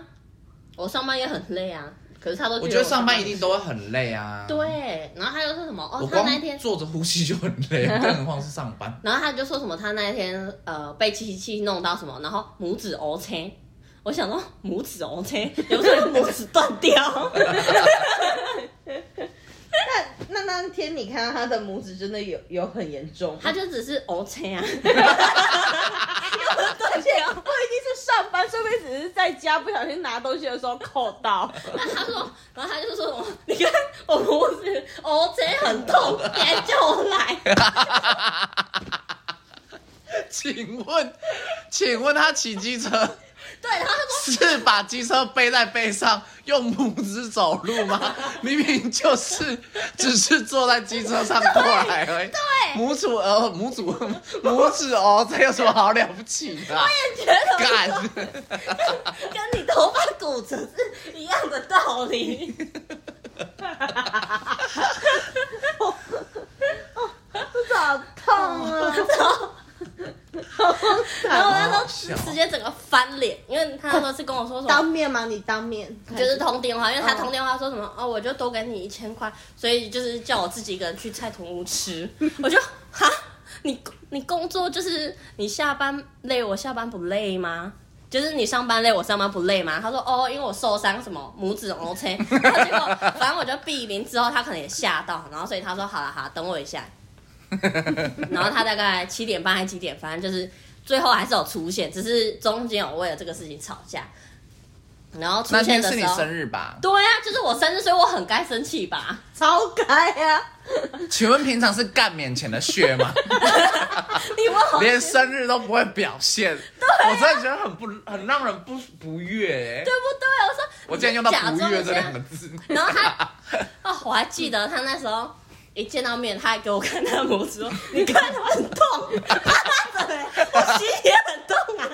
我上班也很累啊，可是他都
我
觉
觉
得
得上班
很
一定都会很累啊。，
对。然后他又说什么？
我
哦，他
光
那天
坐着呼吸就很累，更何况是上班。
然后他就说什么他那一天呃被七七七弄到什么，然后拇指 O C，我想说拇指 O C，有时候拇指断掉，
那那天你看到他的拇指真的有有很严重，
他就只是 O C 啊，
而且我已经是上班，说不定只是在家不小心拿东西的时候扣 到。
他说，然后他就说什么，你看我拇指 O C 很痛，你还叫我来，
请问，请问他骑机车
对，然后他说
是把机车背在背上，用拇指走路 吗？明明就是只是坐在机车上过来而已。对，拇指呃拇指拇指哦，这有什么好了不起的、啊？
觉得
干！
跟你头发骨折是一样的道理，
好痛啊！
然后我那
好好
时
笑
候直接整个翻脸，因为他那时候是跟我说什么
当面吗？你当面
就是通电话，
嗯
因为他通电话说什么哦，我就多给你一千块，所以就是叫我自己一个人去菜屯屋吃。 我就哈，你你工作就是你下班累，我下班不累吗？就是你上班累，我上班不累吗？他说哦，因为我受伤什么拇指 OK，然 后结果反正我就避零之后，他可能也吓到，然后所以他说好了好了，等我一下。然后他大概七点半还几点，反正就是最后还是有出现，只是中间有为了这个事情吵架。然后出
那
现
天
的
是你
时候，
生日吧？
对啊，就是我生日，所以我很该生气吧？
超该呀、啊！
请问平常是干免钱的血吗？
你问 好，
连生日都不会表现，我真的觉得很不很让人不不悦、欸。
啊对不对？我说
我竟然用到“
假
不
装
悦”
你
这
现在
两个字，
然后他， 哦，我还记得他那时候一见到面，他还给我看他的拇指，说：“你看我很痛，我心也很痛啊。”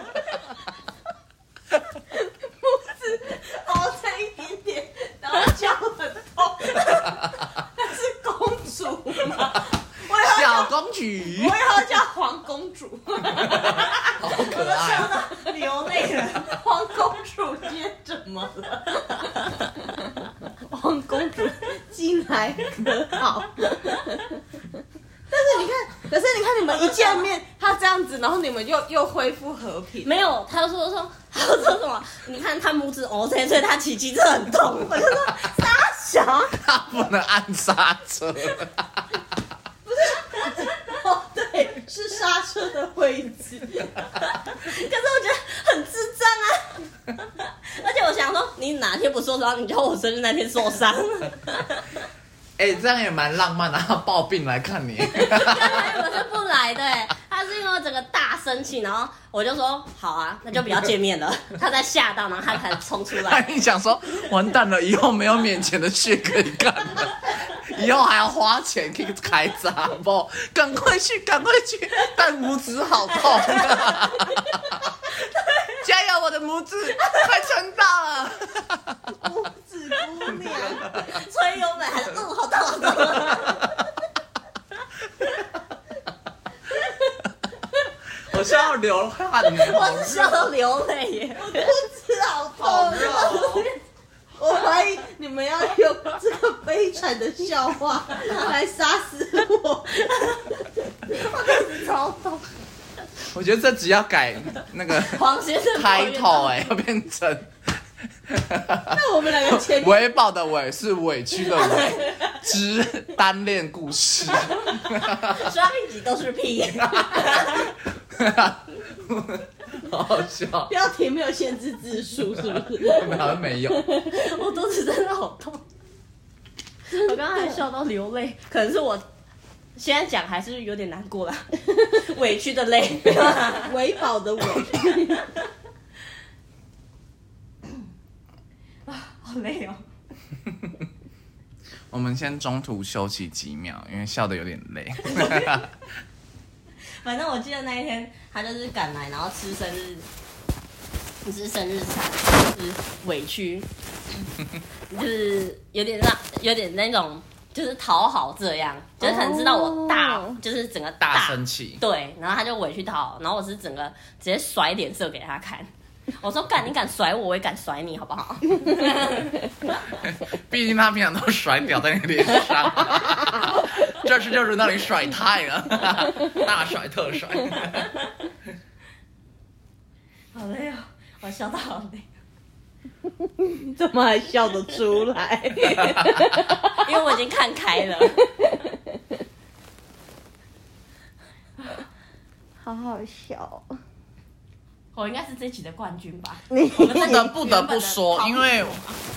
凹在一点点，然后脚很 痛。那是公主吗？
小公举
我以后叫黄公主，
好可爱。
流泪了。黄公主今天怎么了？
王公主进来可好？但是你看，可是你看你们一见面，他这样子，然后你们又又恢复和平，
没有，他就说说，他就说什么？ 你看他拇指 O K，所以他骑机车很痛。我就说傻小，
他不能按刹车，
对， 是刹车的位置。
可是我觉得很智障啊。 而且我想说，你哪天不受伤，你叫我生日那天受伤，
哎、这样也蛮浪漫的。他抱病来看你，
哎我是不来的、欸。他是因为我整个大生气，然后我就说好啊，那就不要见面 了。他才吓到，然后他才冲出
他
来。
一想说，完蛋了，以后没有免钱的血可以看了， 以后还要花钱可以开闸不？赶快去，赶快去，但拇指好痛、啊。 加油，我的拇指快撑到了。
子姑 娘，
吹油门还是嗯，好痛好痛。
我是要流汗呢，好
我是笑
热
到流泪耶。
啊
好热哦。
我怀疑你们要用这个悲惨的笑话来杀死我。
我觉得这集要改那个
黄先生
开头，
欸
哎，要变成
那我们两个前面
维保的委是委屈的委之单恋故事。
刷一集都是屁。
好好笑，
标题没有限制字数，是不是？
好像没有。
我肚子真的好痛，我刚刚还笑到流泪，可能是我现在讲还是有点难过啦，委屈的泪。
维保的我，
好累哦。
我们先中途休息几秒，因为笑得有点累。
反正我记得那一天他就是赶来，然后吃生日，不是生日餐，就是委屈，就是有点让有点那种就是讨好这样，就是可能知道我大
哦
就是整个
大生气，
对，然后他就委屈讨好，然后我是整个直接甩脸色给他看。 我说干，你敢甩我，我也敢甩你，好不好？
毕竟他平常都甩屌在你脸上，这次就是让你甩太了，大甩特甩。
好累哦，我笑到好累，
你怎么还笑得出来？
因为我已经看开了。
好好笑， 哦
我应该是这集的冠军吧？
不得不得不说，因为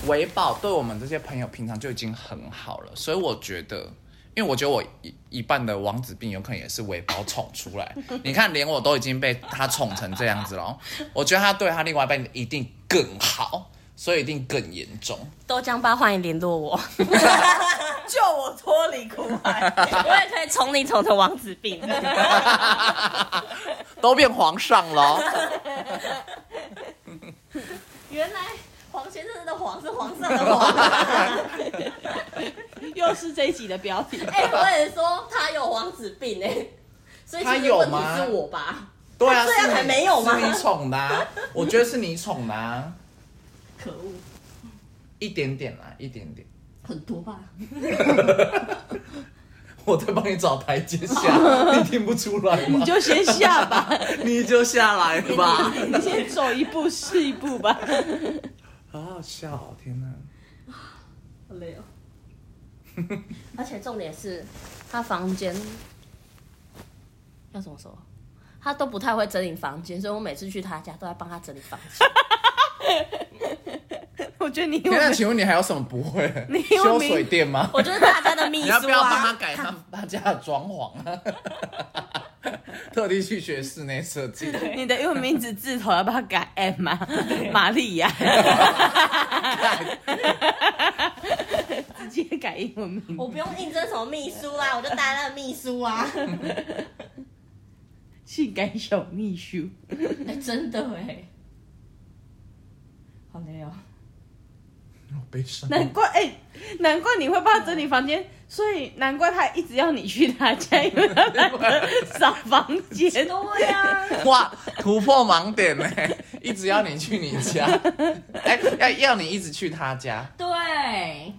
维保对我们这些朋友平常就已经很好了，所以我觉得。因为我觉得我一一半的王子病有可能也是维保宠出来， 你看连我都已经被他宠成这样子了，我觉得他对他另外一半一定更好，所以一定更严重。
豆浆爸，欢迎联 络我，
救我脱离苦海。
我也可以宠你宠成王子病。
都变皇上 了。
原来黄先生的黄是黄色的 黄，
又是这一集的标题。
哎、我也说他有王子病哎、所以其
他
实
有
问题
吗
是我吧？
对啊，
这样
是你
还没有吗
是你宠的啊、我觉得是你宠的、啊，
可恶，
一点点啦，一点点。
很多吧？
我在帮你找台阶 下，你听不出来吗
你？就先下吧，
你就下来吧。
你先走一步是一步吧。
好好笑、哦，天哪！
好累哦。而且重点是，他房间要怎么说？他都不太会整理房间，所以我每次去他家都在帮他整理房间。
觉得你英
天啊，
文
请问你还有什么不会？
英文
修
名
水电吗？
我就是大家的秘
你
书
要
啊。
不要帮他改他他家的装潢啊？ 特地去学室内设计，
你的英文名字字头要不要改 M 啊？玛丽亚，直接改英文名。
我不用应征什么秘书啊，我就当那个秘 书啊。
性感小秘书，
哎、真的哎，好累哦。
好悲伤。
难怪哎、难怪你会帮他整理房间，所以难怪他一直要你去他家，因为他懒得扫房
哎
间。
对
啊
呀、
哇，突破盲点呢、 一直要你去你家， 哎、要要你一直去他家，
对，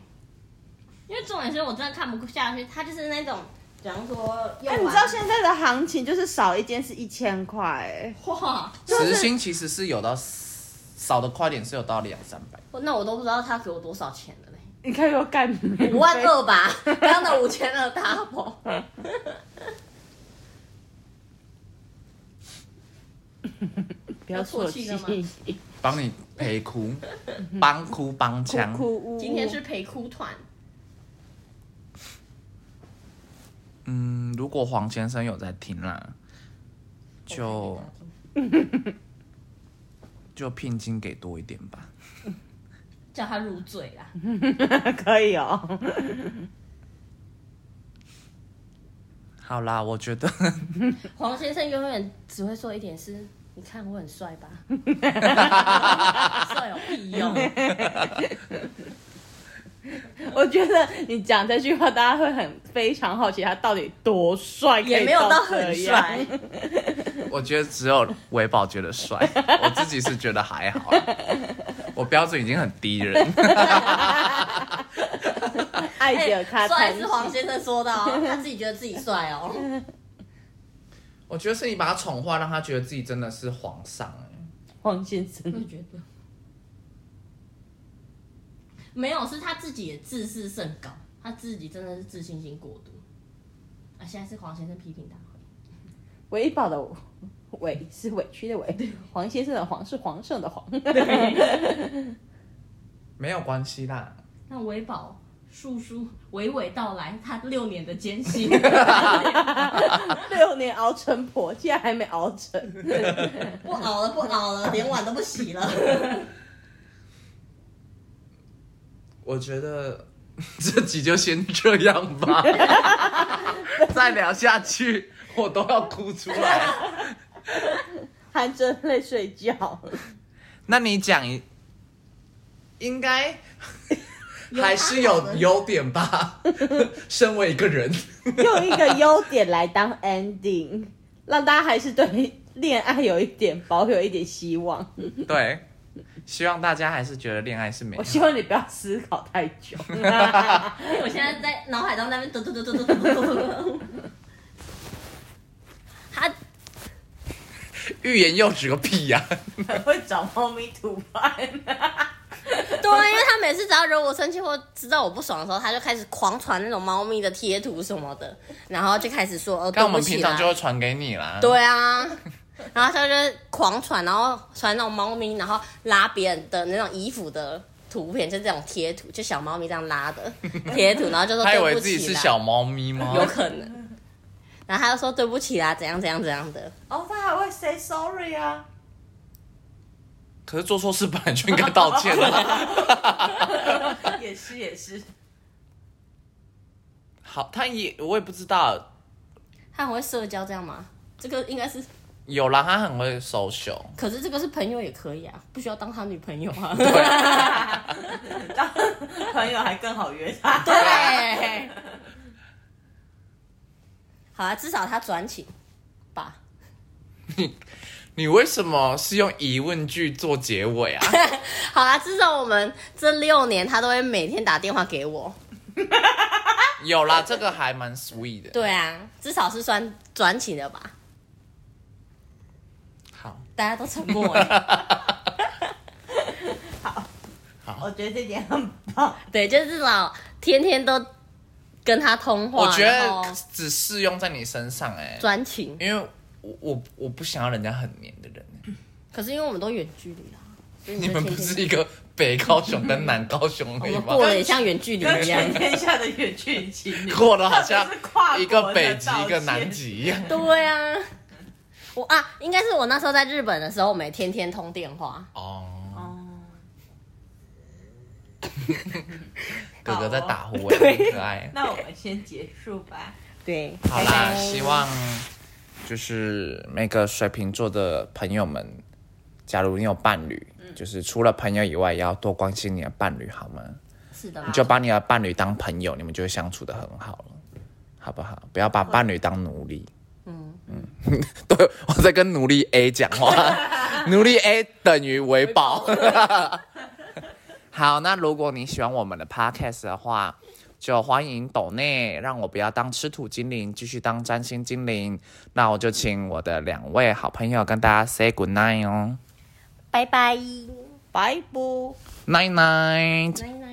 因为重点是我真的看不下去，他就是那种，比方说，
哎、你知道现在的行情就是少一间是一千块、哎
哇，
时薪其实是有到少的快点是有到两三百，
那我都不知道他给我多少钱了嘞，
你看又干
五万二 吧，刚刚的五千二 double。
不要说
要啜泣
气
了，
帮你陪哭，帮哭帮腔，
哭呜 呜。
今天是陪哭团，
嗯，如果黄先生有在听啦，就就聘金给多一点吧。
叫他入赘啊啦。
可以哦，
好啦，我觉得
黄先生永远只会说一点是，你看我很帅 吧？帅有屁用！
我觉得你讲这句话，大家会很非常好奇他到底多帅，可以
也没有到
这
很
样
帅。
我觉得只有维宝觉得帅， 我自己是觉得还好啦，我标准已经很低了。
爱着他
帅
才
哎是黄先生说的 哦，他自己觉得自己帅哦。
我觉得是你把他宠坏，让他觉得自己真的是皇上、欸
黄先生，
觉得没有，是他自己也自视甚高，他自己真的是自信心过度。啊，现在是黄先生批评大会，
维宝的委是委屈的委，黄先生的黄是皇上的皇。
没有关系啦，
那维宝叔叔 娓娓道来他六年的艰 辛。
六年熬成婆，竟然还没熬成，
不熬了，不熬了，连碗都不洗了。
我觉得这集就先这样 吧，再聊下去我都要哭出来。
含着泪睡觉。
那你讲一，应该还是有优点吧？ 身为一个人，
用一个优点来当 ending，让大家还是对恋爱有一点保有一点希望。
对，希望大家还是觉得恋爱是美
我
好。
希望你不要思考太 久。
因哎为我现在在脑海中那边嘟嘟嘟嘟嘟嘟嘟。他
欲言又止个屁 呀、
会找猫咪图案、
对，啊因为他每次只要惹我生气或知道我不爽的时候，他就开始狂传那种猫咪的贴图什么的，然后就开始说哦，
但
对
我
不
们
起
平
啦
常就会传给你啦。
对啊，然后他就狂传，然后传那种猫咪，然后拉别人的那种衣服的图片，就这种贴图，就小猫咪这样拉的 贴图，然后就说
他以
对
为
不
自己是
起啦，
小猫咪吗？
有可能。然后他就说对不起啦，怎样怎样怎样的，
哦，他还会 say sorry 啊，
可是做错事本来就应该道歉 啊。
也是也是，
好，他也我也不知道，
他很会社交，这样吗？这个应该是，
有啦，他很会 social，
可是这个是朋友也可以啊，不需要当他女朋友 啊。
当朋友还更好约他。
对，好啊，至少他转请吧。
你为什么是用疑问句做结尾 啊？
好啊，至少我们这六年他都会每天打电话给我。
有啦，这个还蛮 sweet 的。
对啊，至少是算转请的吧。
好，
大家都沉默了。
我觉得这点很棒，
对，就是至少天天都跟他通话，
我觉
然后
得只适用在你身上哎、
专情。
因为我我我不想要人家很黏的人、
嗯可是因为我们都远距离啦，
你们不是一个北高雄跟南高雄而
我
已
们
吗？
过了也像远距离
跟
一样。
全天下的远距离情侣，
过得好像
这是跨
一
国的
个北极
道
一个
歉
南极一样。
对啊，我啊，应该是我那时候在日本的时候，我们天天通电话。
哦，
哦
哥哥在打呼，哎，很可爱。
那我们先结束吧。
对，哎
好啦，希望就是每个水瓶座的朋友们，假如你有伴侣，
嗯
就是除了朋友以外，也要多关心你的伴侣，好吗？
是的
你就把你的伴侣当朋友，你们就会相处的很好了，好不好？不要把伴侣当奴隶。嗯 嗯，对，我在跟奴隶 A 讲 话，奴隶 A 等于维保。 好，那如果你喜欢我们的 podcast 的话，就欢迎抖内，让我不要当吃土精灵，继续当占星精灵。那我就请我的两位好朋友跟大家 say good night 哦
拜拜，
拜拜。
，night night。
奶奶。